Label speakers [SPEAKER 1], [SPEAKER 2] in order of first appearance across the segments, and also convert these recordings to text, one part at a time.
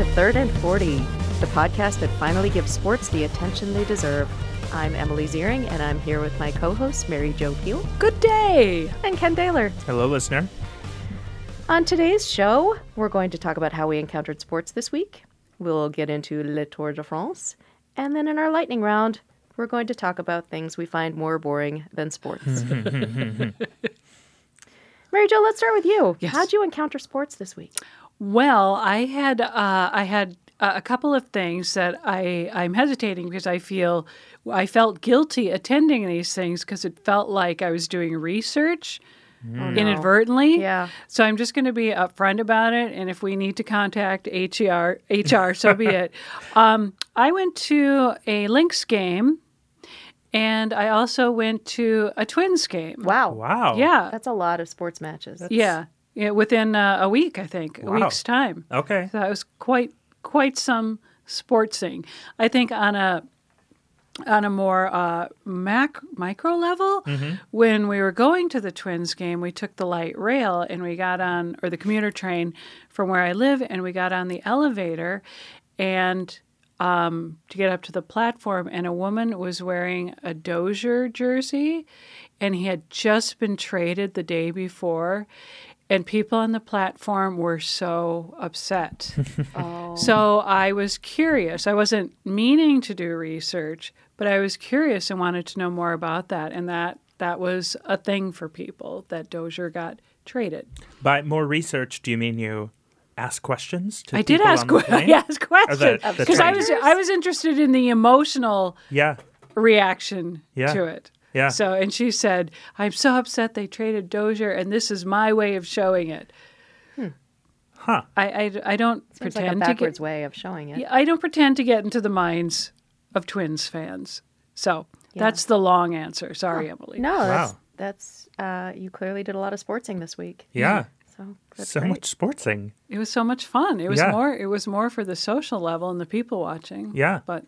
[SPEAKER 1] 140, the podcast that finally gives sports the attention they deserve. I'm Emily Ziering, and I'm here with my co hosts, Mary Jo Peel
[SPEAKER 2] Good day.
[SPEAKER 1] and Ken Baylor.
[SPEAKER 3] Hello, listener.
[SPEAKER 1] On today's show, we're going to talk about how we encountered sports this week. We'll get into Le Tour de France. And then in our lightning round, we're going to talk about things we find more boring than sports. Mary Jo, let's start with you.
[SPEAKER 2] Yes.
[SPEAKER 1] How'd you encounter sports this week?
[SPEAKER 2] Well, I had uh, I had uh, a couple of things that I I'm hesitating because I feel I felt guilty attending these things because it felt like I was doing research inadvertently.
[SPEAKER 1] Oh, Yeah.
[SPEAKER 2] So I'm just going to be upfront about it, and if we need to contact E HR HR, so be it. Um, I went to a Lynx game, and I also went to a Twins game.
[SPEAKER 1] Wow.
[SPEAKER 3] Wow.
[SPEAKER 2] Yeah.
[SPEAKER 1] That's a lot of sports matches.
[SPEAKER 2] Yeah, yeah, within uh, a week, I think, a
[SPEAKER 3] Wow.
[SPEAKER 2] week's time.
[SPEAKER 3] Okay.
[SPEAKER 2] So that was quite quite some sportsing. I think on a on a more uh, mac micro level, when we were going to the Twins game, we took the light rail and we got on or the commuter train from where I live, and we got on the elevator, and um, to get up to the platform, and a woman was wearing a Dozier jersey, and he had just been traded the day before, and people on the platform were so upset. So I was curious. I wasn't meaning to do research, but I was curious and wanted to know more about that, and that that was a thing for people that Dozier got traded.
[SPEAKER 3] By more research, do you mean you ask questions? To
[SPEAKER 2] I did
[SPEAKER 3] people
[SPEAKER 2] ask
[SPEAKER 3] on the plane?
[SPEAKER 2] I asked
[SPEAKER 3] the-
[SPEAKER 2] questions
[SPEAKER 3] the
[SPEAKER 2] because I was
[SPEAKER 1] strangers?
[SPEAKER 2] I was interested in the emotional
[SPEAKER 3] Yeah.
[SPEAKER 2] reaction
[SPEAKER 3] Yeah.
[SPEAKER 2] to it.
[SPEAKER 3] Yeah.
[SPEAKER 2] So, and she said, I'm so upset they traded Dozier, and this is my way of showing it.
[SPEAKER 3] Huh.
[SPEAKER 2] I, I, I don't
[SPEAKER 1] Hmm. Seems like a
[SPEAKER 2] pretend to
[SPEAKER 1] backwards
[SPEAKER 2] get,
[SPEAKER 1] way of showing it.
[SPEAKER 2] Yeah, I don't pretend to get into the minds of twins fans. So that's the long answer. Sorry, Emily.
[SPEAKER 1] No,
[SPEAKER 3] Wow.
[SPEAKER 1] that's, that's uh, you clearly did a lot of sportsing this week.
[SPEAKER 3] Yeah.
[SPEAKER 1] So that's
[SPEAKER 3] So
[SPEAKER 1] great.
[SPEAKER 3] much sportsing.
[SPEAKER 2] It was so much fun. It was
[SPEAKER 3] Yeah.
[SPEAKER 2] more. It was more for the social level and the people watching.
[SPEAKER 3] Yeah.
[SPEAKER 2] But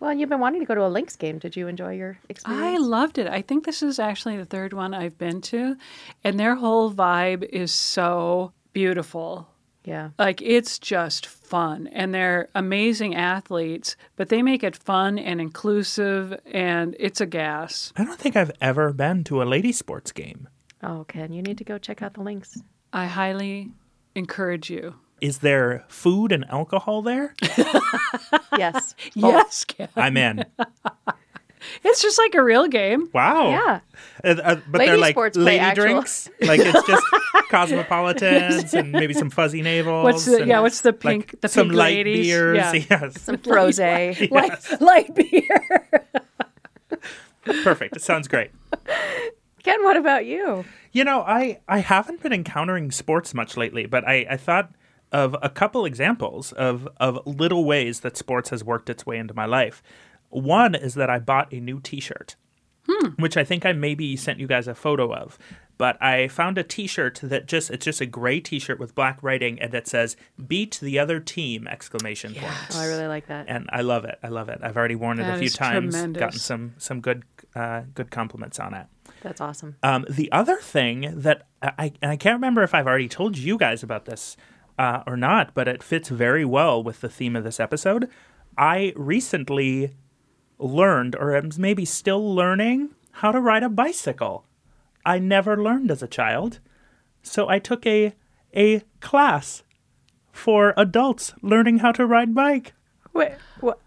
[SPEAKER 1] Well, and you've been wanting to go to a Lynx game. Did you enjoy your
[SPEAKER 2] I
[SPEAKER 1] experience?
[SPEAKER 2] loved it. I think this is actually the third one I've been to, and their whole vibe is so beautiful.
[SPEAKER 1] yeah.
[SPEAKER 2] Like it's just fun, and they're amazing athletes, but they make it fun and inclusive, and it's a gas.
[SPEAKER 3] I don't think I've ever been to a lady sports game.
[SPEAKER 1] Oh, Ken, you need to go check out the Lynx.
[SPEAKER 2] I highly encourage you.
[SPEAKER 3] Is there food and alcohol there?
[SPEAKER 1] Yes.
[SPEAKER 2] Yes, Ken.
[SPEAKER 3] I'm in.
[SPEAKER 2] it's just like a real game.
[SPEAKER 3] Wow.
[SPEAKER 1] Yeah.
[SPEAKER 3] Uh, uh, but
[SPEAKER 1] Lady
[SPEAKER 3] they're like
[SPEAKER 1] sports play
[SPEAKER 3] lady
[SPEAKER 1] actual-
[SPEAKER 3] drinks. Like it's just cosmopolitans and maybe some fuzzy navels.
[SPEAKER 2] What's the
[SPEAKER 3] and,
[SPEAKER 2] yeah? What's the
[SPEAKER 3] like,
[SPEAKER 2] pink? the
[SPEAKER 3] some
[SPEAKER 2] pink
[SPEAKER 3] light
[SPEAKER 2] ladies.
[SPEAKER 3] beers.
[SPEAKER 2] Yeah.
[SPEAKER 3] Yes.
[SPEAKER 1] Some Frosé.
[SPEAKER 2] Light, light beer.
[SPEAKER 3] Perfect. It sounds great.
[SPEAKER 1] Ken, what about you? Oh,
[SPEAKER 3] You know, I, I haven't been encountering sports much lately, but I, I thought of a couple examples of, of little ways that sports has worked its way into my life. One is that I bought a new t shirt,
[SPEAKER 2] Hmm.
[SPEAKER 3] which I think I maybe sent you guys a photo of. But I found a t shirt that just it's just a gray t shirt with black writing and it says beat the other team exclamation point.
[SPEAKER 1] Oh, I really like that.
[SPEAKER 3] And I love it. I love it. I've already worn it
[SPEAKER 2] That
[SPEAKER 3] a few
[SPEAKER 2] is
[SPEAKER 3] times, gotten
[SPEAKER 2] tremendous.
[SPEAKER 3] some some good uh, good compliments on it.
[SPEAKER 1] That's awesome.
[SPEAKER 3] Um, the other thing that I and I can't remember if I've already told you guys about this uh, or not, but it fits very well with the theme of this episode. I recently learned, or am maybe still learning, how to ride a bicycle. I never learned as a child, so I took a a class for adults learning how to ride bike.
[SPEAKER 1] Wait, what?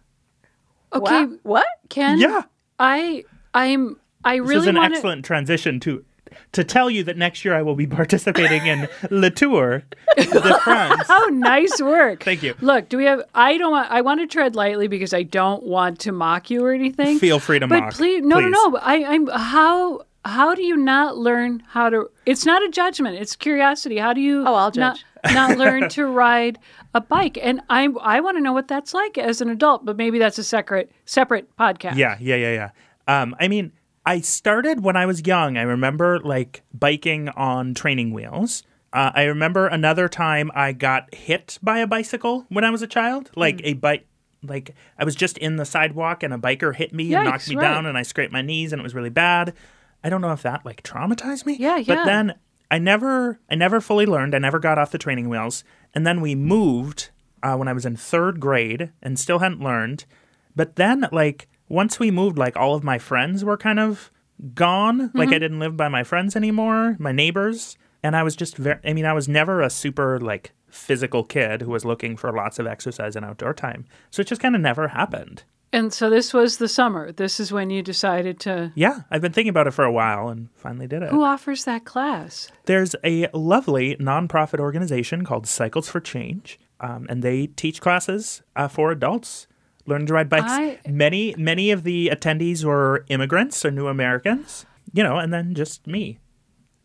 [SPEAKER 2] Okay,
[SPEAKER 1] What?
[SPEAKER 2] Ken.
[SPEAKER 3] Yeah.
[SPEAKER 2] I I'm I
[SPEAKER 3] This
[SPEAKER 2] really
[SPEAKER 3] is an
[SPEAKER 2] want
[SPEAKER 3] excellent transition to to tell you that next year I will be participating in Le Tour de France.
[SPEAKER 2] Oh, nice work.
[SPEAKER 3] Thank you.
[SPEAKER 2] Look, do we have? I don't want. I want to tread lightly because I don't want to mock you or anything.
[SPEAKER 3] Feel free to
[SPEAKER 2] but
[SPEAKER 3] mock,
[SPEAKER 2] Please, no,
[SPEAKER 3] please.
[SPEAKER 2] no, no. I, I'm how. How do you not learn how to? It's not a judgment. It's curiosity. How do you?
[SPEAKER 1] Oh, I'll
[SPEAKER 2] not- Not, learn to ride a bike, and I I want to know what that's like as an adult. But maybe that's a separate separate podcast.
[SPEAKER 3] Yeah, yeah, yeah, yeah. Um, I mean, I started when I was young. I remember like biking on training wheels. Uh, I remember another time I got hit by a bicycle when I was a child. Like
[SPEAKER 2] Hmm.
[SPEAKER 3] a bike, like I was just in the sidewalk and a biker hit me and knocked
[SPEAKER 2] Yikes,
[SPEAKER 3] me
[SPEAKER 2] right.
[SPEAKER 3] down, and I scraped my knees, and it was really bad. I don't know if that like traumatized me.
[SPEAKER 2] Yeah,
[SPEAKER 3] But
[SPEAKER 2] yeah.
[SPEAKER 3] then I never, I never fully learned. I never got off the training wheels, and then we moved. uh, when I was in third grade and still hadn't learned. But then, like, once we moved, like, all of my friends were kind of gone. Like,
[SPEAKER 2] Mm-hmm.
[SPEAKER 3] I didn't live by my friends anymore, my neighbors. And I was just very, I mean, I was never a super, like, physical kid who was looking for lots of exercise and outdoor time. So it just kind of never happened.
[SPEAKER 2] And so this was the summer. This is when you decided to.
[SPEAKER 3] Yeah, I've been thinking about it for a while and finally did it.
[SPEAKER 2] Who offers that class?
[SPEAKER 3] There's a lovely nonprofit organization called Cycles for Change, um, and they teach classes uh, for adults learning to ride bikes.
[SPEAKER 2] I-
[SPEAKER 3] Many, many of the attendees were immigrants or new Americans, you know, and then just me.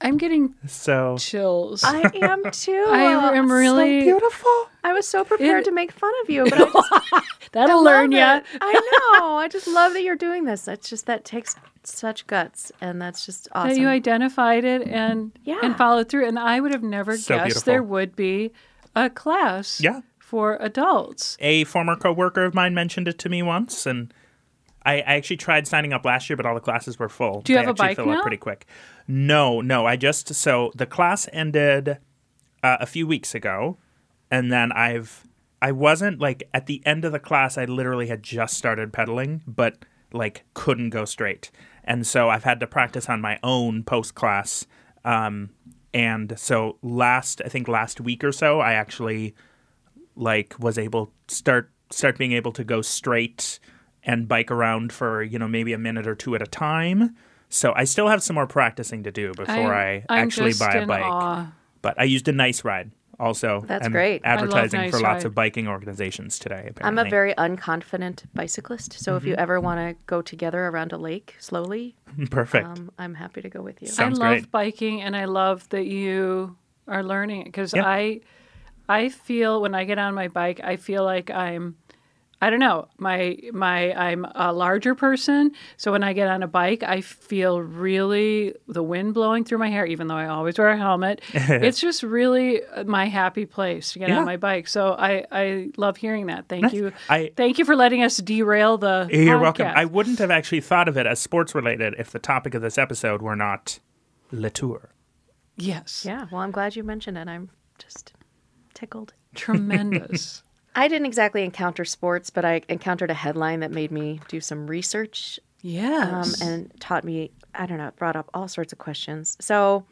[SPEAKER 2] I'm getting
[SPEAKER 3] So
[SPEAKER 2] chills.
[SPEAKER 1] I am too.
[SPEAKER 2] I am really.
[SPEAKER 3] beautiful.
[SPEAKER 1] I was so prepared
[SPEAKER 2] It-
[SPEAKER 1] to make fun of you, but I just
[SPEAKER 2] that'll learn
[SPEAKER 1] love
[SPEAKER 2] ya.
[SPEAKER 1] it. I know. I just love that you're doing this. That's just that takes such guts, and that's just
[SPEAKER 2] That
[SPEAKER 1] awesome.
[SPEAKER 2] you identified it and
[SPEAKER 1] Yeah.
[SPEAKER 2] and followed through. And I would have never
[SPEAKER 3] So
[SPEAKER 2] guessed
[SPEAKER 3] beautiful.
[SPEAKER 2] there would be a class
[SPEAKER 3] Yeah.
[SPEAKER 2] for adults.
[SPEAKER 3] A former coworker of mine mentioned it to me once, and I, I actually tried signing up last year, but all the classes were full.
[SPEAKER 2] Do you
[SPEAKER 3] They
[SPEAKER 2] have a
[SPEAKER 3] actually
[SPEAKER 2] bike
[SPEAKER 3] fill up
[SPEAKER 2] now?
[SPEAKER 3] pretty quick. No, no. I just so the class ended uh, a few weeks ago, and then I've I wasn't like at the end of the class. I literally had just started pedaling, but like couldn't go straight, and so I've had to practice on my own post class. Um, and so last I think last week or so, I actually like was able start start being able to go straight and bike around for you know maybe a minute or two at a time. So I still have some more practicing to do before I,
[SPEAKER 2] I'm- I'm
[SPEAKER 3] actually
[SPEAKER 2] just
[SPEAKER 3] buy a
[SPEAKER 2] in
[SPEAKER 3] bike.
[SPEAKER 2] awe.
[SPEAKER 3] But I used a nice ride. Also,
[SPEAKER 1] That's
[SPEAKER 3] I'm
[SPEAKER 1] great. I
[SPEAKER 2] love
[SPEAKER 3] Advertising
[SPEAKER 2] Nice
[SPEAKER 3] for lots
[SPEAKER 2] Ride.
[SPEAKER 3] of biking organizations today. Apparently.
[SPEAKER 1] I'm a very unconfident bicyclist, so if you ever want to go together around a lake slowly,
[SPEAKER 3] perfect.
[SPEAKER 1] um, I'm happy to go with you.
[SPEAKER 3] So- Sounds
[SPEAKER 2] I love
[SPEAKER 3] great.
[SPEAKER 2] biking, and I love that you are learning it because
[SPEAKER 3] Yeah.
[SPEAKER 2] I, I feel when I get on my bike, I feel like I'm, I don't know, my my I'm a larger person. So when I get on a bike, I feel really the wind blowing through my hair, even though I always wear a helmet. it's just really uh, my happy place to get
[SPEAKER 3] Yeah.
[SPEAKER 2] on my bike. So I I love hearing that. Thank you.
[SPEAKER 3] I-
[SPEAKER 2] thank you for letting us derail the.
[SPEAKER 3] You're welcome.
[SPEAKER 2] podcast.
[SPEAKER 3] I wouldn't have actually thought of it as sports related if the topic of this episode were not Le Tour.
[SPEAKER 2] yes.
[SPEAKER 1] yeah, well, I'm glad you mentioned it. I'm just tickled.
[SPEAKER 2] Tremendous.
[SPEAKER 1] I didn't exactly encounter sports, but I encountered a headline that made me do some research um,
[SPEAKER 2] Yes.
[SPEAKER 1] and taught me, I don't know, it brought up all sorts of questions. So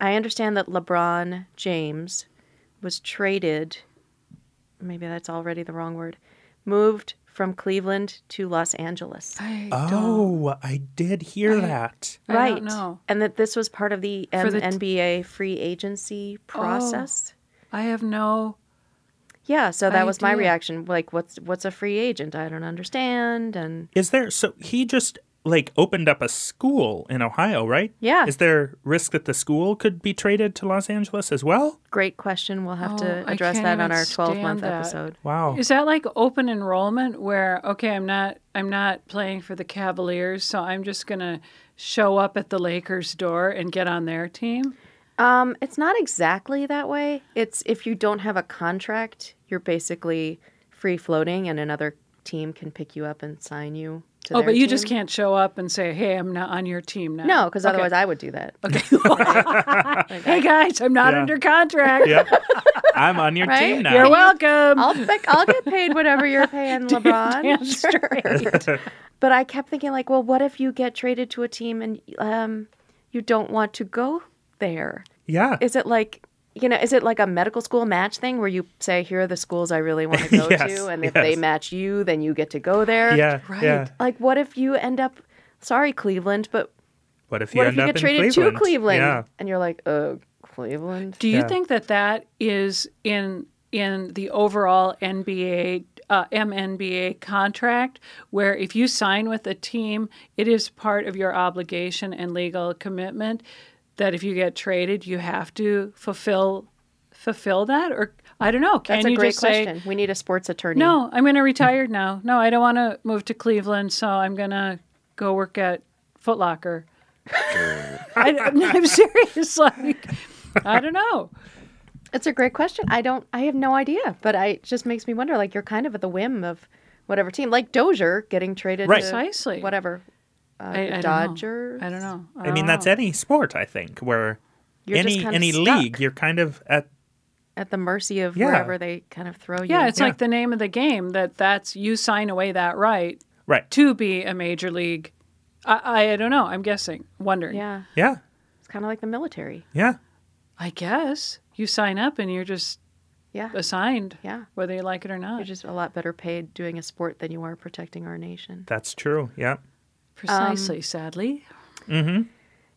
[SPEAKER 1] I understand that LeBron James was traded, maybe that's already the wrong word, moved from Cleveland to Los Angeles.
[SPEAKER 2] I don't,
[SPEAKER 3] Oh, I did hear that.
[SPEAKER 2] I
[SPEAKER 1] right.
[SPEAKER 2] don't know.
[SPEAKER 1] And that this was part of the,
[SPEAKER 2] For the t- Oh.
[SPEAKER 1] NBA free agency process.
[SPEAKER 2] I have no.
[SPEAKER 1] Yeah, so that was my
[SPEAKER 2] Idea.
[SPEAKER 1] reaction. Like, what's what's a free agent? I don't understand. And
[SPEAKER 3] Is there so he just like opened up a school in Ohio, right?
[SPEAKER 1] Yeah.
[SPEAKER 3] Is there risk that the school could be traded to Los Angeles as well?
[SPEAKER 1] great question. We'll have
[SPEAKER 2] Oh,
[SPEAKER 1] to
[SPEAKER 2] I
[SPEAKER 1] address
[SPEAKER 2] can't
[SPEAKER 1] that on
[SPEAKER 2] even
[SPEAKER 1] our twelve month
[SPEAKER 2] stand that.
[SPEAKER 1] episode.
[SPEAKER 3] Wow.
[SPEAKER 2] Is that like open enrollment where okay, I'm not I'm not playing for the Cavaliers, so I'm just going to show up at the Lakers door and get on their team?
[SPEAKER 1] Um, it's not exactly that way. It's if you don't have a contract, you're basically free floating, and another team can pick you up and sign you. To
[SPEAKER 2] Oh,
[SPEAKER 1] their
[SPEAKER 2] but you just
[SPEAKER 1] team.
[SPEAKER 2] can't show up and say, "Hey, I'm not on your team now."
[SPEAKER 1] No, because
[SPEAKER 2] Okay.
[SPEAKER 1] otherwise I would do that.
[SPEAKER 2] Hey guys, I'm not
[SPEAKER 3] Yeah.
[SPEAKER 2] under contract.
[SPEAKER 3] yeah. I'm on your
[SPEAKER 1] Right?
[SPEAKER 3] team now.
[SPEAKER 2] You're welcome.
[SPEAKER 1] I'll pick, I'll get paid whatever you're paying LeBron.
[SPEAKER 2] Damn straight.
[SPEAKER 1] But I kept thinking like, well, what if you get traded to a team and um, you don't want to go there?
[SPEAKER 3] yeah.
[SPEAKER 1] Is it like you know, is it like a medical school match thing where you say, here are the schools I really want to go
[SPEAKER 3] Yes,
[SPEAKER 1] to, and if
[SPEAKER 3] yes.
[SPEAKER 1] they match you, then you get to go there?
[SPEAKER 3] yeah.
[SPEAKER 2] Right.
[SPEAKER 3] Yeah.
[SPEAKER 1] Like, what if you end up, sorry, Cleveland, but
[SPEAKER 3] What if you
[SPEAKER 1] what if
[SPEAKER 3] end
[SPEAKER 1] you
[SPEAKER 3] up
[SPEAKER 1] get
[SPEAKER 3] in
[SPEAKER 1] traded
[SPEAKER 3] Cleveland?
[SPEAKER 1] to Cleveland?
[SPEAKER 3] Yeah.
[SPEAKER 1] And you're like, uh, Cleveland?
[SPEAKER 2] Do you
[SPEAKER 3] Yeah.
[SPEAKER 2] think that that is in in the overall NBA uh, MNBA contract, where if you sign with a team, it is part of your obligation and legal commitment that if you get traded, you have to fulfill fulfill that? Or I don't know. Can
[SPEAKER 1] That's a
[SPEAKER 2] you
[SPEAKER 1] great
[SPEAKER 2] just say?
[SPEAKER 1] question. we need a sports attorney.
[SPEAKER 2] No, I'm going to retire now. No, I don't want to move to Cleveland, so I'm going to go work at Foot Locker. I, I'm serious. Like, I don't know.
[SPEAKER 1] It's a great question. I don't, I have no idea, but I, it just makes me wonder like, you're kind of at the whim of whatever team, like Dozier getting traded
[SPEAKER 3] Right.
[SPEAKER 1] to
[SPEAKER 2] Precisely.
[SPEAKER 1] whatever. Uh,
[SPEAKER 2] I- I don't know.
[SPEAKER 1] Dodgers.
[SPEAKER 2] I don't know.
[SPEAKER 3] I mean, that's any sport, I think, where
[SPEAKER 1] Oh. You're just
[SPEAKER 3] any
[SPEAKER 1] kinda
[SPEAKER 3] any
[SPEAKER 1] stuck.
[SPEAKER 3] league, you're kind of at
[SPEAKER 1] at the mercy of
[SPEAKER 3] Yeah.
[SPEAKER 1] wherever they kind of throw you.
[SPEAKER 2] Yeah, it's
[SPEAKER 3] Yeah.
[SPEAKER 2] like the name of the game that that's you sign away that right
[SPEAKER 3] Right.
[SPEAKER 2] to be a major league. I, I don't know. I'm guessing, wondering.
[SPEAKER 1] yeah.
[SPEAKER 3] Yeah.
[SPEAKER 1] It's kind of like the military.
[SPEAKER 3] Yeah.
[SPEAKER 2] I guess you sign up and you're just
[SPEAKER 1] Yeah.
[SPEAKER 2] assigned,
[SPEAKER 1] Yeah.
[SPEAKER 2] whether you like it or not.
[SPEAKER 1] You're just a lot better paid doing a sport than you are protecting our nation.
[SPEAKER 3] That's true. Yeah.
[SPEAKER 2] Precisely,
[SPEAKER 1] um,
[SPEAKER 2] sadly.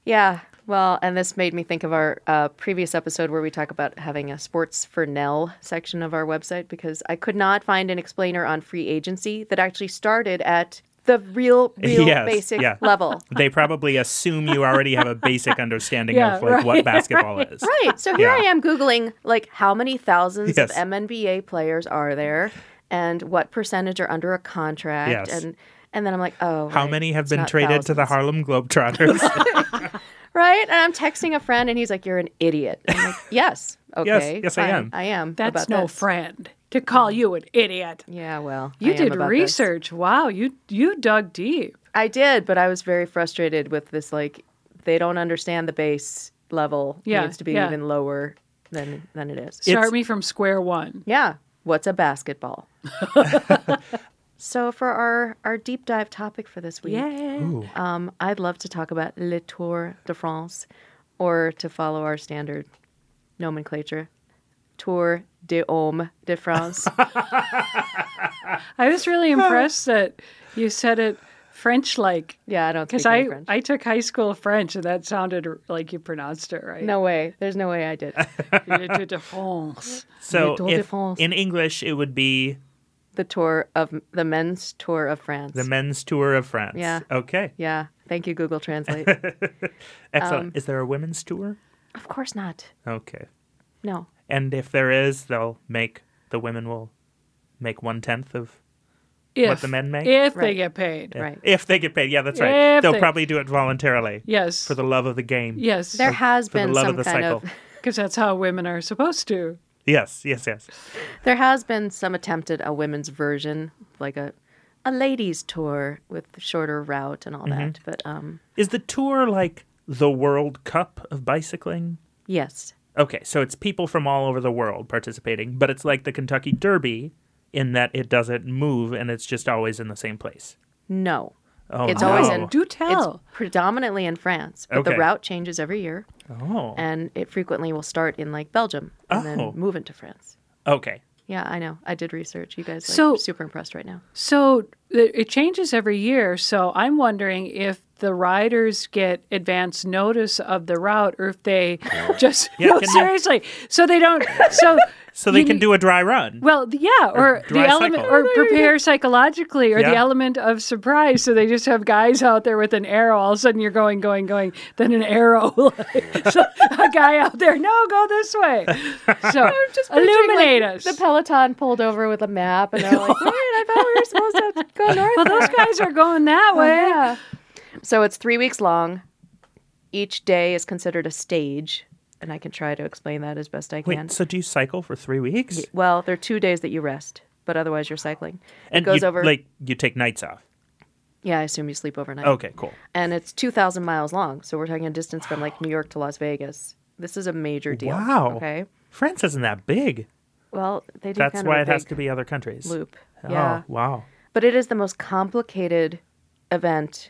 [SPEAKER 1] Yeah. Well, and this made me think of our uh, previous episode where we talk about having a sports for Nell section of our website because I could not find an explainer on free agency that actually started at the real, real
[SPEAKER 3] Yes,
[SPEAKER 1] basic
[SPEAKER 3] yeah.
[SPEAKER 1] level.
[SPEAKER 3] They probably assume you already have a basic understanding
[SPEAKER 2] Yeah,
[SPEAKER 3] of like what basketball is.
[SPEAKER 1] Right. So here
[SPEAKER 3] Yeah.
[SPEAKER 1] I am Googling like how many thousands
[SPEAKER 3] Yes.
[SPEAKER 1] of MNBA players are there and what percentage are under a contract
[SPEAKER 3] Yes.
[SPEAKER 1] and and then I'm like, oh
[SPEAKER 3] How
[SPEAKER 1] right,
[SPEAKER 3] many have
[SPEAKER 1] it's
[SPEAKER 3] been
[SPEAKER 1] not
[SPEAKER 3] traded to the
[SPEAKER 1] thousands.
[SPEAKER 3] Harlem Globetrotters?
[SPEAKER 1] Right? And I'm texting a friend and he's like, You're an idiot. I'm like, Yes. Okay.
[SPEAKER 3] yes, I
[SPEAKER 1] fine,
[SPEAKER 3] am."
[SPEAKER 1] I am.
[SPEAKER 2] That's
[SPEAKER 1] about
[SPEAKER 2] no
[SPEAKER 1] this."
[SPEAKER 2] friend to call you an idiot.
[SPEAKER 1] Yeah, well, I
[SPEAKER 2] You
[SPEAKER 1] am
[SPEAKER 2] did
[SPEAKER 1] about this.
[SPEAKER 2] research. Wow, you you dug deep.
[SPEAKER 1] I did, but I was very frustrated with this. Like, they don't understand the base level
[SPEAKER 2] Yeah,
[SPEAKER 1] needs to be
[SPEAKER 2] yeah.
[SPEAKER 1] even lower than than it is.
[SPEAKER 2] Start me from square one.
[SPEAKER 1] yeah, what's a basketball? so for our our deep dive topic for this week,
[SPEAKER 2] Yeah.
[SPEAKER 1] um, I'd love to talk about Le Tour de France, or to follow our standard nomenclature, Tour de Homme de France.
[SPEAKER 2] I was really impressed that you said it French like
[SPEAKER 1] yeah, I don't
[SPEAKER 2] because
[SPEAKER 1] speak any
[SPEAKER 2] I
[SPEAKER 1] French.
[SPEAKER 2] I took high school French and that sounded r- like you pronounced it right.
[SPEAKER 1] no way. There's no way I did.
[SPEAKER 2] Le Tour de France.
[SPEAKER 3] so
[SPEAKER 1] Le Tour de
[SPEAKER 3] if,
[SPEAKER 1] France.
[SPEAKER 3] in English, it would be
[SPEAKER 1] the tour of the men's tour of France.
[SPEAKER 3] the men's tour of France.
[SPEAKER 1] Yeah.
[SPEAKER 3] Okay.
[SPEAKER 1] Yeah. Thank you, Google Translate.
[SPEAKER 3] Excellent.
[SPEAKER 1] Um,
[SPEAKER 3] is there a women's tour?
[SPEAKER 1] of course not.
[SPEAKER 3] Okay.
[SPEAKER 1] No.
[SPEAKER 3] And if there is, they'll make the women will make one tenth of
[SPEAKER 2] If,
[SPEAKER 3] the men make?
[SPEAKER 2] If they
[SPEAKER 1] Right.
[SPEAKER 2] get paid.
[SPEAKER 1] Right.
[SPEAKER 3] if they get paid. Yeah, that's right.
[SPEAKER 2] If
[SPEAKER 3] they'll
[SPEAKER 2] they-
[SPEAKER 3] probably do it voluntarily
[SPEAKER 2] Yes.
[SPEAKER 3] for the love of the game.
[SPEAKER 2] yes.
[SPEAKER 1] There has
[SPEAKER 3] For the
[SPEAKER 1] been
[SPEAKER 3] love
[SPEAKER 1] some
[SPEAKER 3] of the
[SPEAKER 1] kind
[SPEAKER 3] cycle.
[SPEAKER 1] of
[SPEAKER 2] Because that's how women are supposed to.
[SPEAKER 3] Yes, yes, yes.
[SPEAKER 1] there has been some attempt at a women's version, like a a ladies tour with the shorter route and all
[SPEAKER 3] Mm-hmm.
[SPEAKER 1] that. But um
[SPEAKER 3] Is the tour like the World Cup of bicycling?
[SPEAKER 1] yes.
[SPEAKER 3] Okay, so it's people from all over the world participating, but it's like the Kentucky Derby in that it doesn't move and it's just always in the same place.
[SPEAKER 1] No.
[SPEAKER 3] Oh,
[SPEAKER 1] It's always
[SPEAKER 3] no.
[SPEAKER 1] in-
[SPEAKER 2] Do tell.
[SPEAKER 1] It's predominantly in France, but
[SPEAKER 3] Okay.
[SPEAKER 1] the route changes every year
[SPEAKER 3] Oh,
[SPEAKER 1] and it frequently will start in like Belgium and
[SPEAKER 3] Oh.
[SPEAKER 1] then move into France.
[SPEAKER 3] okay.
[SPEAKER 1] Yeah, I know. I did research. You guys like,
[SPEAKER 2] So-
[SPEAKER 1] super impressed right now.
[SPEAKER 2] So it it changes every year. So I'm wondering if the riders get advance notice of the route or if they just
[SPEAKER 3] Yeah,
[SPEAKER 2] no
[SPEAKER 3] can they-
[SPEAKER 2] seriously so they don't so
[SPEAKER 3] So they
[SPEAKER 2] you
[SPEAKER 3] can
[SPEAKER 2] ne-
[SPEAKER 3] do a dry run.
[SPEAKER 2] well th- yeah or, the
[SPEAKER 3] dry
[SPEAKER 2] element
[SPEAKER 3] cycle. Oh,
[SPEAKER 2] or prepare psychologically or
[SPEAKER 3] Yeah.
[SPEAKER 2] the element of surprise so they just have guys out there with an arrow all of a sudden you're going going going then an arrow so a guy out there no go this way so illuminate us
[SPEAKER 1] The Peloton pulled over with a map, and they're like, "Wait, I thought we were supposed to go north."
[SPEAKER 2] well those guys are going that way
[SPEAKER 1] Oh, yeah. So it's three weeks long. Each day is considered a stage, and I can try to explain that as best I
[SPEAKER 3] Wait,
[SPEAKER 1] can.
[SPEAKER 3] so do you cycle for three weeks?
[SPEAKER 1] well, there are two days that you rest, but otherwise you're cycling.
[SPEAKER 3] and
[SPEAKER 1] it goes
[SPEAKER 3] you,
[SPEAKER 1] over.
[SPEAKER 3] like you take nights off.
[SPEAKER 1] yeah, I assume you sleep overnight.
[SPEAKER 3] Okay, cool.
[SPEAKER 1] And it's two thousand miles long, so we're talking a distance from like New York to Las Vegas. This is a major deal.
[SPEAKER 3] Wow.
[SPEAKER 1] Okay.
[SPEAKER 3] France isn't that big.
[SPEAKER 1] Well, they do.
[SPEAKER 3] That's
[SPEAKER 1] kind
[SPEAKER 3] why
[SPEAKER 1] of
[SPEAKER 3] it
[SPEAKER 1] a
[SPEAKER 3] has
[SPEAKER 1] big
[SPEAKER 3] to be other countries.
[SPEAKER 1] loop.
[SPEAKER 3] Oh,
[SPEAKER 1] yeah.
[SPEAKER 3] wow.
[SPEAKER 1] but it is the most complicated event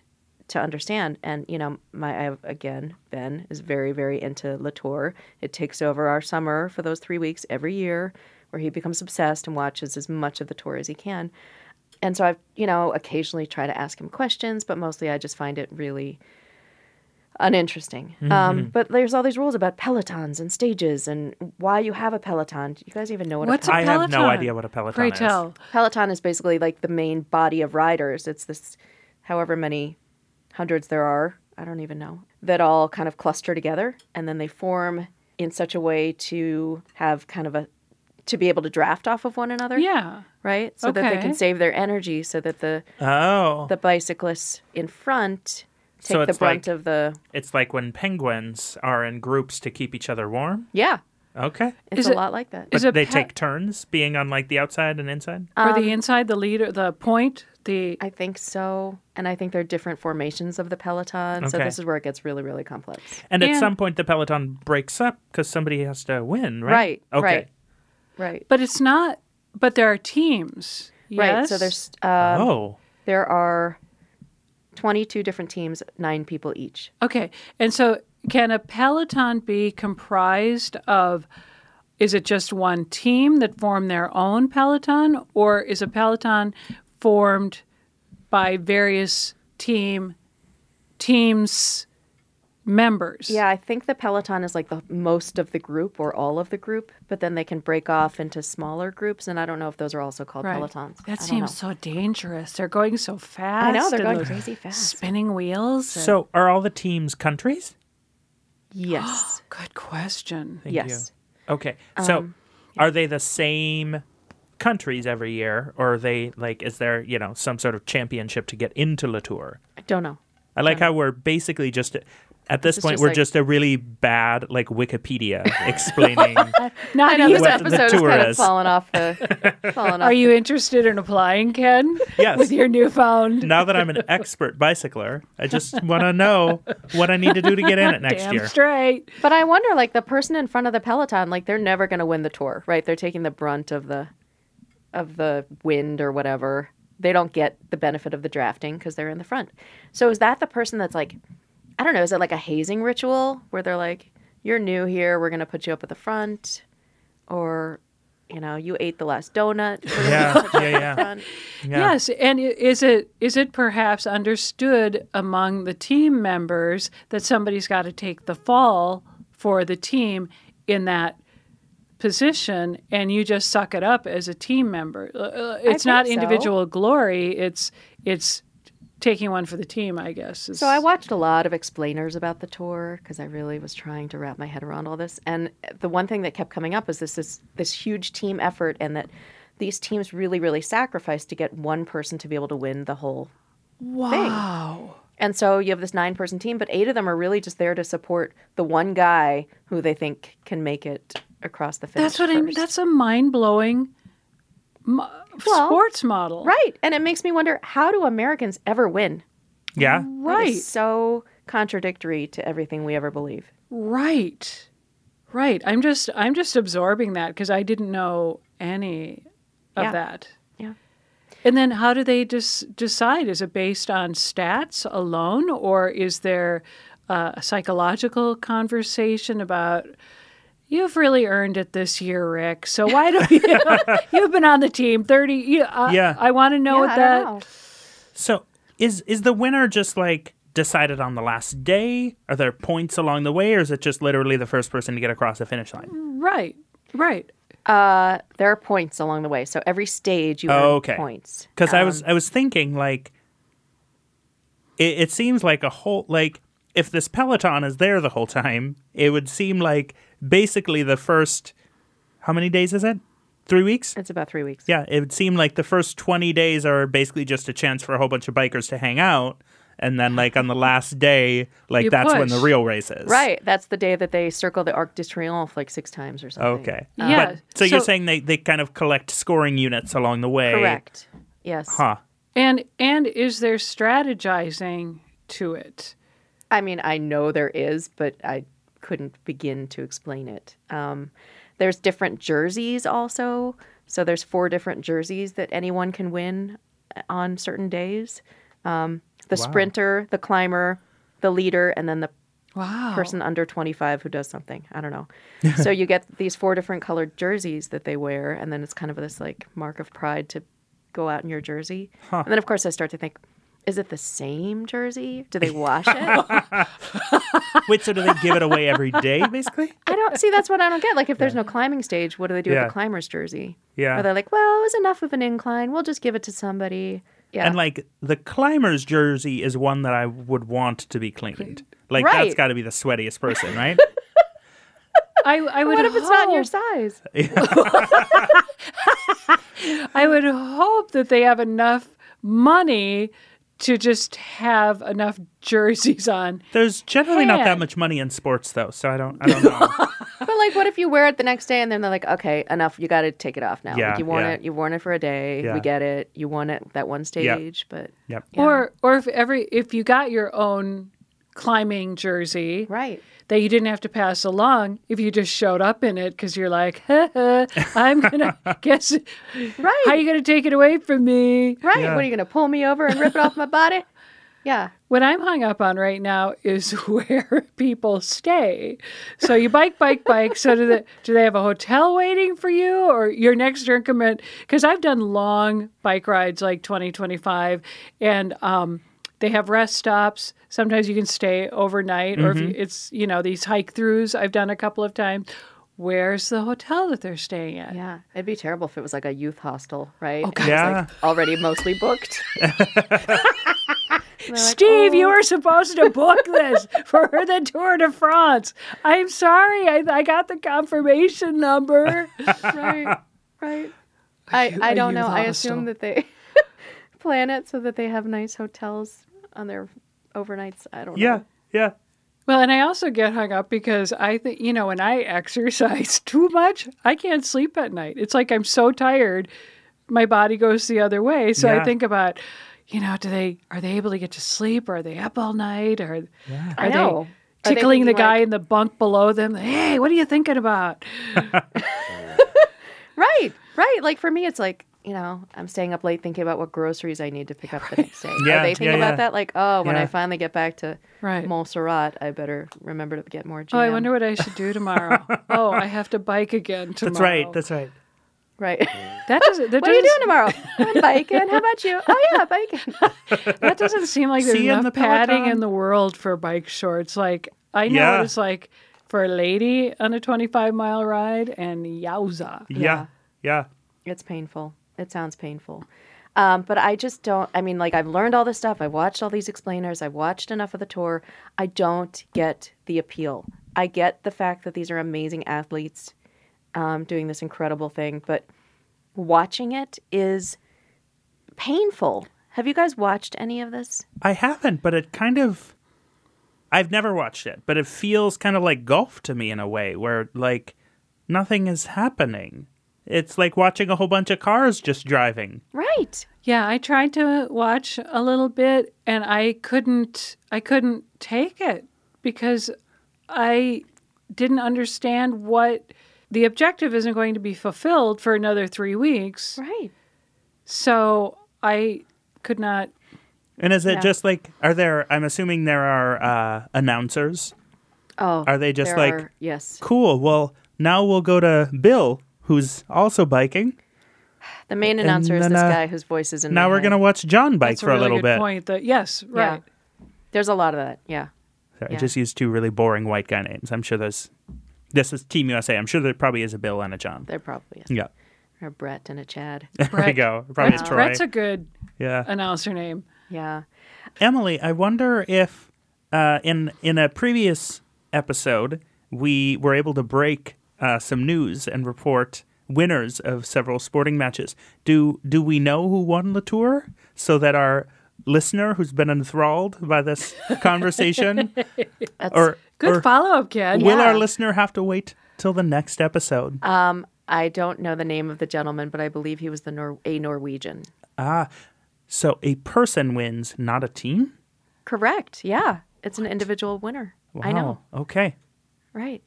[SPEAKER 1] to understand and you know my I have, again ben is very very into latour it takes over our summer for those three weeks every year where he becomes obsessed and watches as much of the tour as he can and so i've you know occasionally try to ask him questions but mostly i just find it really uninteresting um, but there's all these rules about pelotons and stages and why you have a peloton do you guys even know what
[SPEAKER 2] What's
[SPEAKER 1] a
[SPEAKER 2] a
[SPEAKER 1] peloton
[SPEAKER 3] I have no
[SPEAKER 2] Peloton?
[SPEAKER 3] idea what a Peloton
[SPEAKER 2] Pray
[SPEAKER 3] is.
[SPEAKER 2] tell.
[SPEAKER 1] Peloton is basically like the main body of riders. It's this, however many hundreds there are, I don't even know, that all kind of cluster together and then they form in such a way to have kind of a, to be able to draft off of one another,
[SPEAKER 2] Yeah.
[SPEAKER 1] right? So that they
[SPEAKER 2] Okay.
[SPEAKER 1] can save their energy so that the,
[SPEAKER 3] Oh.
[SPEAKER 1] the bicyclists in front take
[SPEAKER 3] So
[SPEAKER 1] the
[SPEAKER 3] it's
[SPEAKER 1] brunt
[SPEAKER 3] like-
[SPEAKER 1] of the,
[SPEAKER 3] It's like when penguins are in groups to keep each other warm.
[SPEAKER 1] yeah,
[SPEAKER 3] Okay.
[SPEAKER 1] it's
[SPEAKER 2] Is
[SPEAKER 1] a
[SPEAKER 2] it-
[SPEAKER 1] lot like that.
[SPEAKER 2] Is
[SPEAKER 3] But
[SPEAKER 2] a
[SPEAKER 3] they
[SPEAKER 2] pe-
[SPEAKER 3] take turns being on like the outside and inside?
[SPEAKER 2] or
[SPEAKER 1] Um,
[SPEAKER 2] the inside, the leader, the point, the
[SPEAKER 1] I think so. And I think there are different formations of the Peloton. So
[SPEAKER 3] Okay.
[SPEAKER 1] this is where it gets really, really complex.
[SPEAKER 3] And at
[SPEAKER 2] and-
[SPEAKER 3] some point the Peloton breaks up because somebody has to win, right?
[SPEAKER 1] Right.
[SPEAKER 3] Okay.
[SPEAKER 1] Right. Right.
[SPEAKER 2] But it's not. But there are teams.
[SPEAKER 1] Right. So
[SPEAKER 2] yes?
[SPEAKER 1] there's uh,
[SPEAKER 3] oh,
[SPEAKER 1] there are 22 different teams, nine people each.
[SPEAKER 2] Okay. And so can a Peloton be comprised of is it just one team that form their own Peloton or is a Peloton formed by various team teams members?
[SPEAKER 1] Yeah, I think the Peloton is like the most of the group or all of the group, but then they can break off into smaller groups, and I don't know if those are also called
[SPEAKER 2] Right.
[SPEAKER 1] Pelotons. I
[SPEAKER 2] That
[SPEAKER 1] don't
[SPEAKER 2] seems
[SPEAKER 1] know.
[SPEAKER 2] so dangerous. They're going so fast.
[SPEAKER 1] I know they're
[SPEAKER 2] and
[SPEAKER 1] going
[SPEAKER 2] those
[SPEAKER 1] crazy fast.
[SPEAKER 2] Spinning wheels. and-
[SPEAKER 3] so are all the teams countries?
[SPEAKER 1] Yes.
[SPEAKER 2] good question.
[SPEAKER 3] Thank
[SPEAKER 1] Yes. Um,
[SPEAKER 3] You. Okay. So are they the same countries every year or are they like is there, you know, some sort of championship to get into La Tour?
[SPEAKER 1] I don't know.
[SPEAKER 3] I like how we're basically just at this,
[SPEAKER 1] is
[SPEAKER 3] point
[SPEAKER 1] just
[SPEAKER 3] we're
[SPEAKER 1] like-
[SPEAKER 3] just a really bad like Wikipedia explaining.
[SPEAKER 2] Not
[SPEAKER 1] I know this
[SPEAKER 3] what the
[SPEAKER 1] episode is
[SPEAKER 3] tour
[SPEAKER 1] kind of
[SPEAKER 3] is.
[SPEAKER 1] falling off the falling off.
[SPEAKER 2] Are you interested in applying, Ken?
[SPEAKER 3] Yes.
[SPEAKER 2] With your newfound
[SPEAKER 3] now that I'm an expert bicycler, I just want to know what I need to do to get in it next
[SPEAKER 2] damn
[SPEAKER 3] year.
[SPEAKER 2] straight.
[SPEAKER 1] But I wonder, like the person in front of the peloton, like they're never going to win the tour, right? They're taking the brunt of the of the wind or whatever. They don't get the benefit of the drafting because they're in the front. So is that the person that's like, I don't know, is it like a hazing ritual where they're like, "You're new here, we're going to put you up at the front," or you know, you ate the last donut. we're gonna
[SPEAKER 3] Yeah,
[SPEAKER 1] put you
[SPEAKER 3] yeah,
[SPEAKER 1] up
[SPEAKER 3] yeah.
[SPEAKER 1] front."
[SPEAKER 3] Yeah.
[SPEAKER 2] Yes, and i- is it is it perhaps understood among the team members that somebody's got to take the fall for the team in that position, and you just suck it up as a team member? Uh, uh, It's not
[SPEAKER 1] think so.
[SPEAKER 2] individual glory; it's it's taking one for the team, I guess. is-
[SPEAKER 1] So I watched a lot of explainers about the tour because I really was trying to wrap my head around all this. And the one thing that kept coming up was this this, this huge team effort, and that these teams really really sacrifice to get one person to be able to win the whole.
[SPEAKER 2] wow.
[SPEAKER 1] And so you have this nine person team, but eight of them are really just there to support the one guy who they think can make it across the finish.
[SPEAKER 2] That's what I mean.
[SPEAKER 1] first.
[SPEAKER 2] That's a mind blowing mo-
[SPEAKER 1] Well,
[SPEAKER 2] sports model,
[SPEAKER 1] right. And it makes me wonder how do Americans ever win?
[SPEAKER 3] Yeah.
[SPEAKER 1] That
[SPEAKER 2] Right,
[SPEAKER 1] is so contradictory to everything we ever believe.
[SPEAKER 2] right, right. I'm just I'm just absorbing that because I didn't know any of
[SPEAKER 1] Yeah.
[SPEAKER 2] that.
[SPEAKER 1] Yeah.
[SPEAKER 2] And then, how do they dis- decide? Is it based on stats alone, or is there uh, a psychological conversation about? You've really earned it this year, Rick. So why don't you? you've been on the team thirty. You, I,
[SPEAKER 3] Yeah.
[SPEAKER 2] I want to know
[SPEAKER 1] yeah,
[SPEAKER 2] what
[SPEAKER 1] I
[SPEAKER 2] that.
[SPEAKER 1] don't know.
[SPEAKER 3] So is is the winner just like decided on the last day? Are there points along the way, or is it just literally the first person to get across the finish line?
[SPEAKER 2] Right, right.
[SPEAKER 1] Uh, there are points along the way. So every stage you earn
[SPEAKER 3] Oh, Okay.
[SPEAKER 1] points. Uh,
[SPEAKER 3] Because I
[SPEAKER 2] Um.
[SPEAKER 3] was I was thinking like it, it seems like a whole like if this peloton is there the whole time, it would seem like basically the first how many days is it? Three weeks?
[SPEAKER 1] It's about three weeks.
[SPEAKER 3] Yeah, it would seem like the first 20 days are basically just a chance for a whole bunch of bikers to hang out. And then, like, on the last day, like,
[SPEAKER 2] You
[SPEAKER 3] that's when
[SPEAKER 2] push.
[SPEAKER 3] the real race is.
[SPEAKER 1] Right. That's the day that they circle the Arc de Triomphe like six times or something.
[SPEAKER 3] Okay.
[SPEAKER 2] Yeah,
[SPEAKER 3] But, so, you're
[SPEAKER 2] so-
[SPEAKER 3] saying they, they kind of collect scoring units along the way.
[SPEAKER 1] Correct. Yes.
[SPEAKER 3] Huh.
[SPEAKER 2] And and is there strategizing to it?
[SPEAKER 1] I mean, I know there is, but I couldn't begin to explain it. Um, there's different jerseys also. So there's four different jerseys that anyone can win uh, on certain days. Um, the
[SPEAKER 3] Wow.
[SPEAKER 1] sprinter, the climber, the leader, and then the
[SPEAKER 3] Oh.
[SPEAKER 2] Wow.
[SPEAKER 1] person under 25 who does something. I don't know. so you get these four different colored jerseys that they wear, and then it's kind of this like mark of pride to go out in your jersey. And then, of course, I start to think, is it the same jersey? Do they wash it? I
[SPEAKER 3] Wait, so do they give it away every day, basically?
[SPEAKER 1] don't see. That's what I don't get. Like, if there's no climbing stage, what do they do
[SPEAKER 3] Yeah.
[SPEAKER 1] with the climber's jersey?
[SPEAKER 3] Yeah.
[SPEAKER 1] Are they like, well, it was enough of an incline. We'll just give it to somebody. Yeah.
[SPEAKER 3] And, like, the climber's jersey is one that I would want to be cleaned. Like,
[SPEAKER 1] Right.
[SPEAKER 3] that's got to be the sweatiest person, right?
[SPEAKER 2] I, I would
[SPEAKER 1] what if it's not in your
[SPEAKER 2] hope-
[SPEAKER 1] size?
[SPEAKER 2] I would hope that they have enough money to just have enough jerseys on.
[SPEAKER 3] There's generally not that
[SPEAKER 2] Heck.
[SPEAKER 3] much money in sports, though. So I don't, I don't know.
[SPEAKER 1] But like, what if you wear it the next day and then they're like, okay, enough. You got to take it off now.
[SPEAKER 3] Yeah,
[SPEAKER 1] like you worn
[SPEAKER 3] yeah.
[SPEAKER 1] it. You've worn it for a day.
[SPEAKER 3] Yeah.
[SPEAKER 1] We get it. You won it that one stage, but
[SPEAKER 3] yep.
[SPEAKER 1] Yeah.
[SPEAKER 2] Or or if every if you got your own climbing jersey
[SPEAKER 1] Right.
[SPEAKER 2] that you didn't have to pass along if you just showed up in it because you're like, "Huh, huh, I'm gonna guess.
[SPEAKER 1] Right.
[SPEAKER 2] How you gonna take it away from me?
[SPEAKER 1] Right.
[SPEAKER 3] Yeah.
[SPEAKER 1] What are you going to pull me over and rip it off my body? Yeah.
[SPEAKER 2] What I'm hung up on right now is where people stay. So you bike, bike, bike. So do they, do they have a hotel waiting for you or your next increment? Because I've done long bike rides like 20, 25, and um, they have rest stops. Sometimes you can stay overnight, or if you, it's, you know, these hike throughs I've done a couple of times. Where's the hotel that they're staying at?
[SPEAKER 1] Yeah. It'd be terrible if it was like a youth hostel, right? Oh,
[SPEAKER 3] Yeah.
[SPEAKER 1] already mostly booked.
[SPEAKER 2] Steve,
[SPEAKER 3] "Oh."
[SPEAKER 2] you were supposed to book this for the Tour de France. I'm sorry, I, I got the confirmation number.
[SPEAKER 1] right. Right. I, I
[SPEAKER 2] a
[SPEAKER 1] don't know.
[SPEAKER 2] youth
[SPEAKER 1] I
[SPEAKER 2] hostel.
[SPEAKER 1] assume that they plan it so that they have nice hotels on their overnights. I don't
[SPEAKER 3] Yeah.
[SPEAKER 1] know.
[SPEAKER 3] Yeah.
[SPEAKER 2] well, and I also get hung up because I think, you know, when I exercise too much, I can't sleep at night. It's like I'm so tired, my body goes the other way. So
[SPEAKER 3] Yeah.
[SPEAKER 2] I think about, you know, do they are they able to get to sleep? Are they up all night? Or
[SPEAKER 3] Yeah.
[SPEAKER 2] are
[SPEAKER 1] I know. Are
[SPEAKER 2] they
[SPEAKER 1] they
[SPEAKER 2] tickling the
[SPEAKER 1] thinking,
[SPEAKER 2] guy
[SPEAKER 1] like-
[SPEAKER 2] in the bunk below them? Hey, what are you thinking about?
[SPEAKER 1] Right. Right. Like for me, it's like, you know, I'm staying up late thinking about what groceries I need to pick up the next day.
[SPEAKER 3] Yeah,
[SPEAKER 1] Are they
[SPEAKER 3] yeah,
[SPEAKER 1] thinking about
[SPEAKER 3] yeah.
[SPEAKER 1] that? Like, oh, when
[SPEAKER 3] Yeah.
[SPEAKER 1] I finally get back to
[SPEAKER 2] Right.
[SPEAKER 1] Montserrat, I better remember to get more jam.
[SPEAKER 2] Oh, I wonder what I should do tomorrow. oh, I have to bike again tomorrow.
[SPEAKER 3] That's right. That's right.
[SPEAKER 1] Right.
[SPEAKER 2] that doesn't. That
[SPEAKER 1] what are you doing
[SPEAKER 2] doesn't-
[SPEAKER 1] tomorrow? I'm biking. How about you? Oh yeah, biking.
[SPEAKER 2] That doesn't seem like there's
[SPEAKER 3] See you in
[SPEAKER 2] enough
[SPEAKER 3] the
[SPEAKER 2] padding
[SPEAKER 3] Peloton.
[SPEAKER 2] in the world for bike shorts. Like I know
[SPEAKER 3] Yeah.
[SPEAKER 2] what it's like for a lady on a 25 mile ride, and yowza.
[SPEAKER 3] Yeah. Yeah.
[SPEAKER 1] It's painful. It sounds painful. Um, but I just don't. I mean, like, I've learned all this stuff. I've watched all these explainers. I've watched enough of the tour. I don't get the appeal. I get the fact that these are amazing athletes um, doing this incredible thing, but watching it is painful. Have you guys watched any of this?
[SPEAKER 3] I haven't, but it kind of. I've never watched it, but it feels kind of like golf to me in a way where, like, nothing is happening. It's like watching a whole bunch of cars just driving.
[SPEAKER 1] Right.
[SPEAKER 2] Yeah, I tried to watch a little bit, and I couldn't. I couldn't take it because I didn't understand what the objective isn't going to be fulfilled for another three weeks.
[SPEAKER 1] Right.
[SPEAKER 2] So I could not.
[SPEAKER 3] And is it
[SPEAKER 1] Yeah.
[SPEAKER 3] just like, are there, I'm assuming there are uh, announcers.
[SPEAKER 1] Oh.
[SPEAKER 3] Are they just
[SPEAKER 1] there
[SPEAKER 3] like,
[SPEAKER 1] are- yes.
[SPEAKER 3] cool, well, now we'll go to Bill, who's also biking.
[SPEAKER 1] The main announcer is
[SPEAKER 3] then,
[SPEAKER 1] this
[SPEAKER 3] uh,
[SPEAKER 1] guy whose voice is in.
[SPEAKER 3] Now
[SPEAKER 1] my
[SPEAKER 3] we're
[SPEAKER 1] head.
[SPEAKER 3] going to watch John bike
[SPEAKER 2] That's
[SPEAKER 3] for
[SPEAKER 2] a really
[SPEAKER 3] little
[SPEAKER 2] good
[SPEAKER 3] bit.
[SPEAKER 2] point. That yes,
[SPEAKER 1] Yeah.
[SPEAKER 2] right.
[SPEAKER 1] There's a lot of that. Yeah.
[SPEAKER 3] Sorry, I
[SPEAKER 1] Yeah.
[SPEAKER 3] just used two really boring white guy names. I'm sure there's, this is Team USA. I'm sure there probably is a Bill and a John.
[SPEAKER 1] There probably is.
[SPEAKER 3] Yeah.
[SPEAKER 1] Or Brett and a Chad.
[SPEAKER 3] There we
[SPEAKER 2] Brett.
[SPEAKER 3] go. Probably
[SPEAKER 2] Brett's-
[SPEAKER 3] it's Troy.
[SPEAKER 2] Brett's Uh, a good
[SPEAKER 3] yeah.
[SPEAKER 2] announcer name.
[SPEAKER 1] Yeah.
[SPEAKER 3] Emily, I wonder if uh, in in a previous episode we were able to break uh, some news and report winners of several sporting matches. Do do we know who won the tour so that our listener who's been enthralled by this conversation
[SPEAKER 1] That's
[SPEAKER 3] or,
[SPEAKER 2] Good
[SPEAKER 3] or
[SPEAKER 2] follow up, Ken.
[SPEAKER 3] will our
[SPEAKER 1] yeah.
[SPEAKER 3] listener have to wait till the next episode?
[SPEAKER 2] Uh,
[SPEAKER 1] Um, I don't know the name of the gentleman, but I believe he was the Nor- a Norwegian.
[SPEAKER 3] so a person wins, not a team?
[SPEAKER 1] Correct. Yeah, it's an individual winner. I know.
[SPEAKER 3] Wow. Okay.
[SPEAKER 1] Right.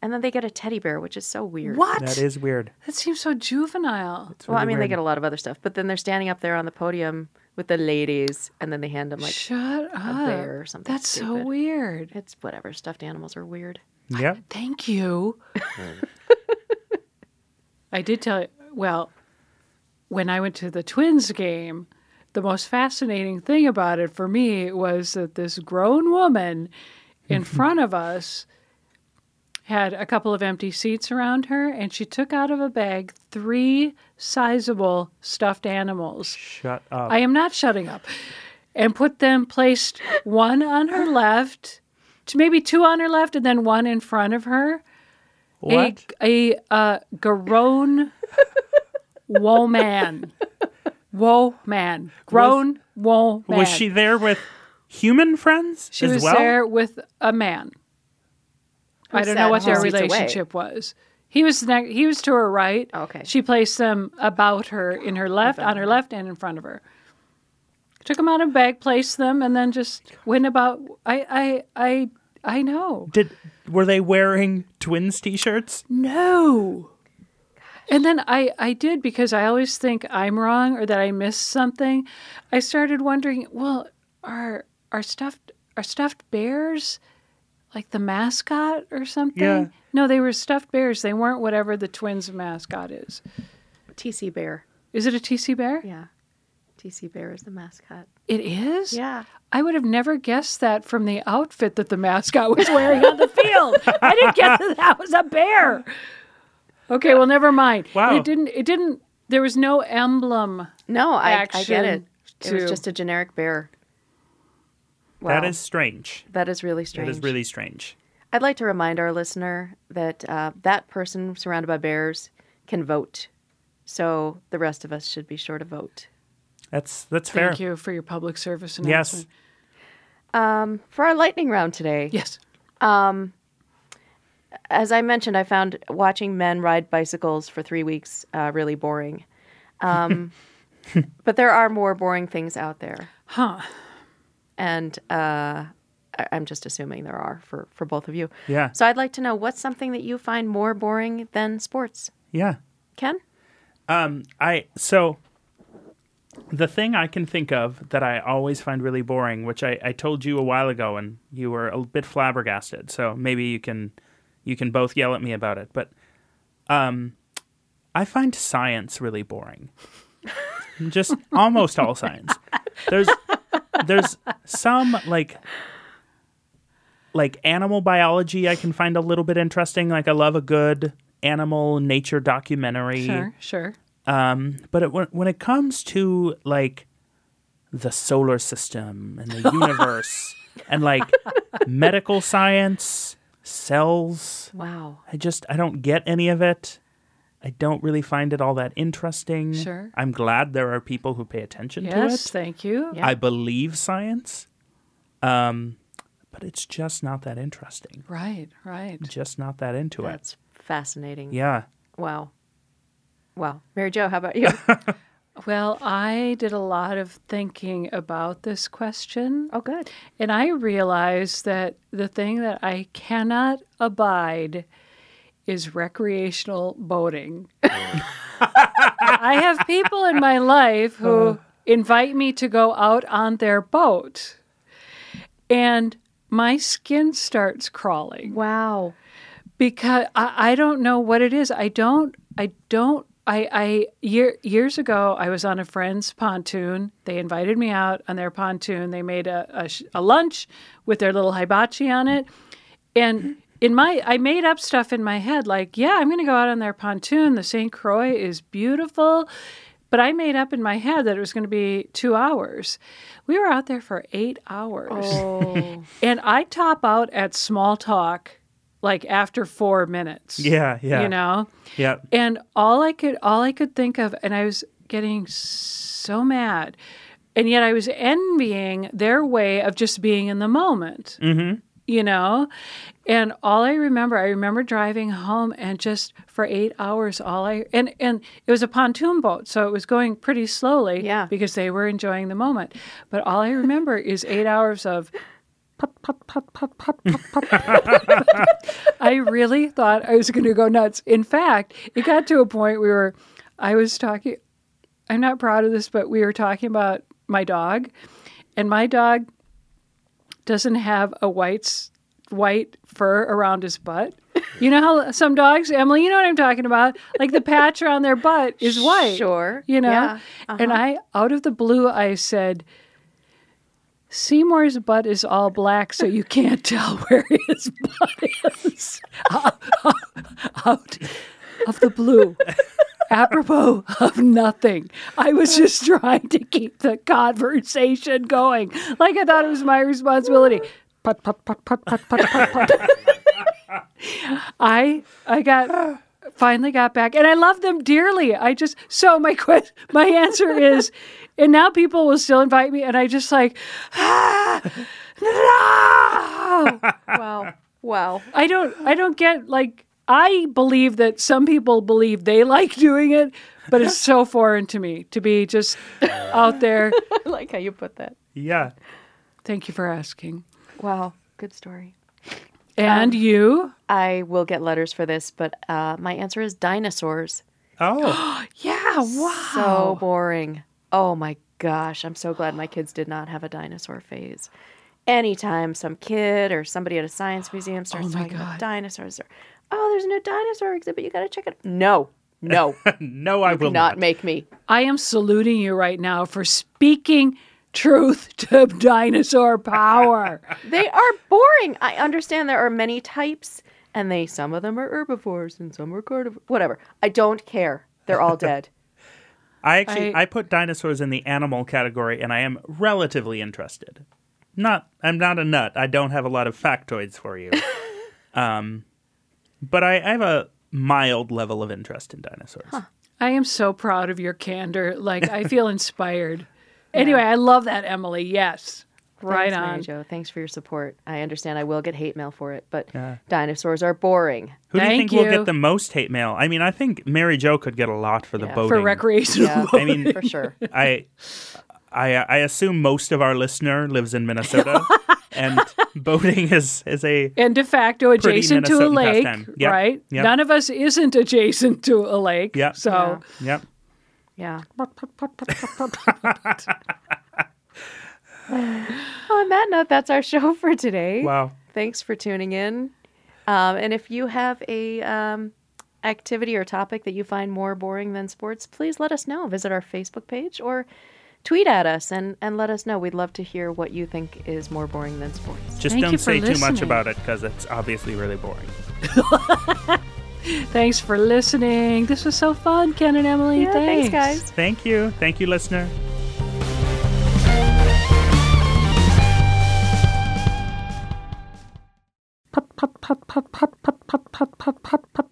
[SPEAKER 1] And then they get a teddy bear, which is so weird.
[SPEAKER 2] What?
[SPEAKER 3] That is weird.
[SPEAKER 2] That seems so juvenile.
[SPEAKER 3] It's
[SPEAKER 1] Well, I
[SPEAKER 3] really
[SPEAKER 1] mean, they
[SPEAKER 3] weird.
[SPEAKER 1] get a lot of other stuff, but then they're standing up there on the podium with the ladies, and then they hand them like
[SPEAKER 2] Shut up.
[SPEAKER 1] bear or something
[SPEAKER 2] That's so
[SPEAKER 1] stupid.
[SPEAKER 2] weird.
[SPEAKER 1] it's whatever. Stuffed animals are weird.
[SPEAKER 3] Yep.
[SPEAKER 2] Thank you. I did tell you. Well, when I went to the Twins game, the most fascinating thing about it for me was that this grown woman in front of us had a couple of empty seats around her, and she took out of a bag three sizable stuffed animals.
[SPEAKER 3] Shut up.
[SPEAKER 2] I am not shutting up. And put them, placed one on her left, t- maybe two on her left, and then one in front of her.
[SPEAKER 3] what?
[SPEAKER 2] A, a uh, grown woman. Whoa man. Grown whoa man.
[SPEAKER 3] Was she there with human friends
[SPEAKER 2] She
[SPEAKER 3] as
[SPEAKER 2] was
[SPEAKER 3] well?
[SPEAKER 2] there with a man. I don't know
[SPEAKER 1] sat
[SPEAKER 2] what their
[SPEAKER 1] two seats away.
[SPEAKER 2] relationship was. He was ne- he was to her right.
[SPEAKER 1] Oh, Okay.
[SPEAKER 2] She placed them about her in her left, on her left, and in front of her. took them out of bag, placed them, and then just went about. I I I I know.
[SPEAKER 3] Did were they wearing twins t-shirts?
[SPEAKER 2] No. And then I, I did because I always think I'm wrong or that I missed something. I started wondering, well, are are stuffed are stuffed bears like the mascot or something?
[SPEAKER 3] Yeah.
[SPEAKER 2] No, they were stuffed bears. They weren't whatever the twins mascot is.
[SPEAKER 1] TC Bear.
[SPEAKER 2] Is it a TC bear?
[SPEAKER 1] Yeah. TC Bear is the mascot.
[SPEAKER 2] It is?
[SPEAKER 1] Yeah.
[SPEAKER 2] I would have never guessed that from the outfit that the mascot was wearing on the field. I didn't guess that, that was a bear. Okay, well, never mind.
[SPEAKER 3] Wow.
[SPEAKER 2] It didn't. It didn't. There was no emblem.
[SPEAKER 1] No, I, I get
[SPEAKER 2] Action
[SPEAKER 1] it. It was
[SPEAKER 2] two.
[SPEAKER 1] just a generic bear.
[SPEAKER 3] That
[SPEAKER 1] Wow.
[SPEAKER 3] is strange.
[SPEAKER 1] that is really strange.
[SPEAKER 3] That is really strange.
[SPEAKER 1] I'd like to remind our listener that uh, that person surrounded by bears can vote, so the rest of us should be sure to vote.
[SPEAKER 3] That's that's fair.
[SPEAKER 2] Thank you for your public service
[SPEAKER 3] Yes.
[SPEAKER 2] announcement.
[SPEAKER 1] Um, for our lightning round today,
[SPEAKER 2] Yes.
[SPEAKER 1] as I mentioned, I found watching men ride bicycles for three weeks uh, really boring. Um, but there are more boring things out there,
[SPEAKER 2] Huh.
[SPEAKER 1] and uh, I- I'm just assuming there are for for both of you.
[SPEAKER 3] Yeah.
[SPEAKER 1] So I'd like to know what's something that you find more boring than sports,
[SPEAKER 3] Yeah.
[SPEAKER 1] Ken?
[SPEAKER 3] I so the thing I can think of that I always find really boring, which I, I told you a while ago, and you were a bit flabbergasted. So maybe you can you can both yell at me about it. But um, I find science really boring. Just almost all science. There's there's some like like animal biology I can find a little bit interesting. Like I love a good animal nature documentary
[SPEAKER 2] Sure. Sure.
[SPEAKER 3] um, but it, when, when it comes to like the solar system and the universe and like medical science, cells,
[SPEAKER 1] Wow.
[SPEAKER 3] I just I don't get any of it. I don't really find it all that interesting.
[SPEAKER 2] Sure.
[SPEAKER 3] I'm glad there are people who pay attention
[SPEAKER 2] Yes.
[SPEAKER 3] to it.
[SPEAKER 2] Thank you.
[SPEAKER 1] Yeah.
[SPEAKER 3] I believe science. Um, but it's just not that interesting.
[SPEAKER 2] Right. Right.
[SPEAKER 3] Just not that into it.
[SPEAKER 1] That's fascinating.
[SPEAKER 3] Yeah.
[SPEAKER 1] Wow. Wow. Mary Jo, how about you?
[SPEAKER 2] Well, I did a lot of thinking about this question.
[SPEAKER 1] oh, good.
[SPEAKER 2] And I realize that the thing that I cannot abide is recreational boating. I have people in my life who invite me to go out on their boat, and my skin starts crawling
[SPEAKER 1] Wow.
[SPEAKER 2] because I, I don't know what it is. I don't. I don't. I, I year, years ago I was on a friend's pontoon. They invited me out on their pontoon. They made a, a, sh- a lunch with their little hibachi on it, and in my I made up stuff in my head like, yeah, I'm going to go out on their pontoon. The St. Croix is beautiful, but I made up in my head that it was going to be two hours. We were out there for eight hours.
[SPEAKER 1] Oh.
[SPEAKER 2] And I top out at small talk like after four minutes.
[SPEAKER 3] Yeah. Yeah.
[SPEAKER 2] You know?
[SPEAKER 3] Yeah.
[SPEAKER 2] And all I could all I could think of and I was getting so mad. And yet I was envying their way of just being in the moment. Mm-hmm. You know? And all I remember, I remember driving home and just for eight hours all I and and it was a pontoon boat, so it was going pretty slowly
[SPEAKER 1] Yeah.
[SPEAKER 2] because they were enjoying the moment. But all I remember is eight hours of pop, pop, pop, pop, pop, pop, pop, I really thought I was going to go nuts. In fact, it got to a point we were, I was talking, I'm not proud of this, but we were talking about my dog, and my dog doesn't have a white s- white fur around his butt. You know how some dogs, Emily, you know what I'm talking about? Like the patch around their butt is white.
[SPEAKER 1] Sure.
[SPEAKER 2] You know?
[SPEAKER 1] Yeah. Uh-huh.
[SPEAKER 2] And I, out of the blue, I said, Seymour's butt is all black, so you can't tell where his butt is. Out of the blue, apropos of nothing. I was just trying to keep the conversation going. Like I thought it was my responsibility. Put, put, put, put, put, put, put, put. I I got finally got back and I love them dearly. I just so my quest my answer is and now people will still invite me and I just like ah, no
[SPEAKER 1] Wow. Wow.
[SPEAKER 2] I don't I don't get like I believe that some people believe they like doing it, but it's so foreign to me to be just out there.
[SPEAKER 1] I like how you put that.
[SPEAKER 3] Yeah.
[SPEAKER 2] Thank you for asking.
[SPEAKER 1] Wow, good story.
[SPEAKER 2] And you?
[SPEAKER 1] I will get letters for this, but uh, my answer is dinosaurs.
[SPEAKER 3] Oh,
[SPEAKER 2] Yeah, wow.
[SPEAKER 1] So boring. Oh my gosh, I'm so glad my kids did not have a dinosaur phase. Anytime some kid or somebody at a science museum starts
[SPEAKER 2] Oh my
[SPEAKER 1] talking about
[SPEAKER 2] God.
[SPEAKER 1] dinosaurs, or, oh, there's a new dinosaur exhibit, you gotta check it. No, no,
[SPEAKER 3] no, I will
[SPEAKER 1] not,
[SPEAKER 3] not.
[SPEAKER 1] make me.
[SPEAKER 2] I am saluting you right now for speaking truth to dinosaur power.
[SPEAKER 1] They are boring. I understand there are many types, and they some of them are herbivores and some are carnivores. Whatever. I don't care. They're all dead.
[SPEAKER 3] I actually I,
[SPEAKER 2] I-
[SPEAKER 3] put dinosaurs in the animal category, and I am relatively interested. Not I'm not a nut. I don't have a lot of factoids for you, um, but I, I have a mild level of interest in dinosaurs.
[SPEAKER 2] I am so proud of your candor. Like, I feel inspired. Anyway, I love that, Emily. Yes. Right
[SPEAKER 1] Thanks, Mary
[SPEAKER 2] on.
[SPEAKER 1] Jo. Thanks for your support. I understand I will get hate mail for it, but
[SPEAKER 3] Yeah.
[SPEAKER 1] dinosaurs are boring.
[SPEAKER 3] Who do you
[SPEAKER 2] Thank
[SPEAKER 3] think will
[SPEAKER 2] you.
[SPEAKER 3] get the most hate mail? I mean, I think Mary Jo could get a lot for the
[SPEAKER 1] Yeah. For
[SPEAKER 3] boating.
[SPEAKER 2] For recreational.
[SPEAKER 1] Yeah,
[SPEAKER 3] I mean,
[SPEAKER 1] for sure.
[SPEAKER 3] I, I, I assume most of our listener lives in Minnesota, and boating is is a
[SPEAKER 2] And de facto
[SPEAKER 3] Pretty
[SPEAKER 2] adjacent to a
[SPEAKER 3] Minnesotan
[SPEAKER 2] lake,
[SPEAKER 3] pastime. Yep,
[SPEAKER 2] right?
[SPEAKER 3] yep.
[SPEAKER 2] None of us isn't adjacent to a lake.
[SPEAKER 3] Yep.
[SPEAKER 2] So,
[SPEAKER 3] yep.
[SPEAKER 1] Yeah. On that note, that's our show for today.
[SPEAKER 3] Wow.
[SPEAKER 1] Thanks for tuning in. Um, and if you have a um, activity or topic that you find more boring than sports, please let us know. Visit our Facebook page or tweet at us and, and let us know. We'd love to hear what you think is more boring than sports.
[SPEAKER 3] Just
[SPEAKER 2] Thank you
[SPEAKER 3] don't
[SPEAKER 2] for
[SPEAKER 3] say too much
[SPEAKER 2] listening.
[SPEAKER 3] about it because it's obviously really boring.
[SPEAKER 2] thanks for listening. This was so fun, Ken and Emily.
[SPEAKER 1] Yeah, thanks, guys.
[SPEAKER 3] Thank you. Thank you, listener.
[SPEAKER 2] Put, put, put, put, put, put, put, put, put, put, put.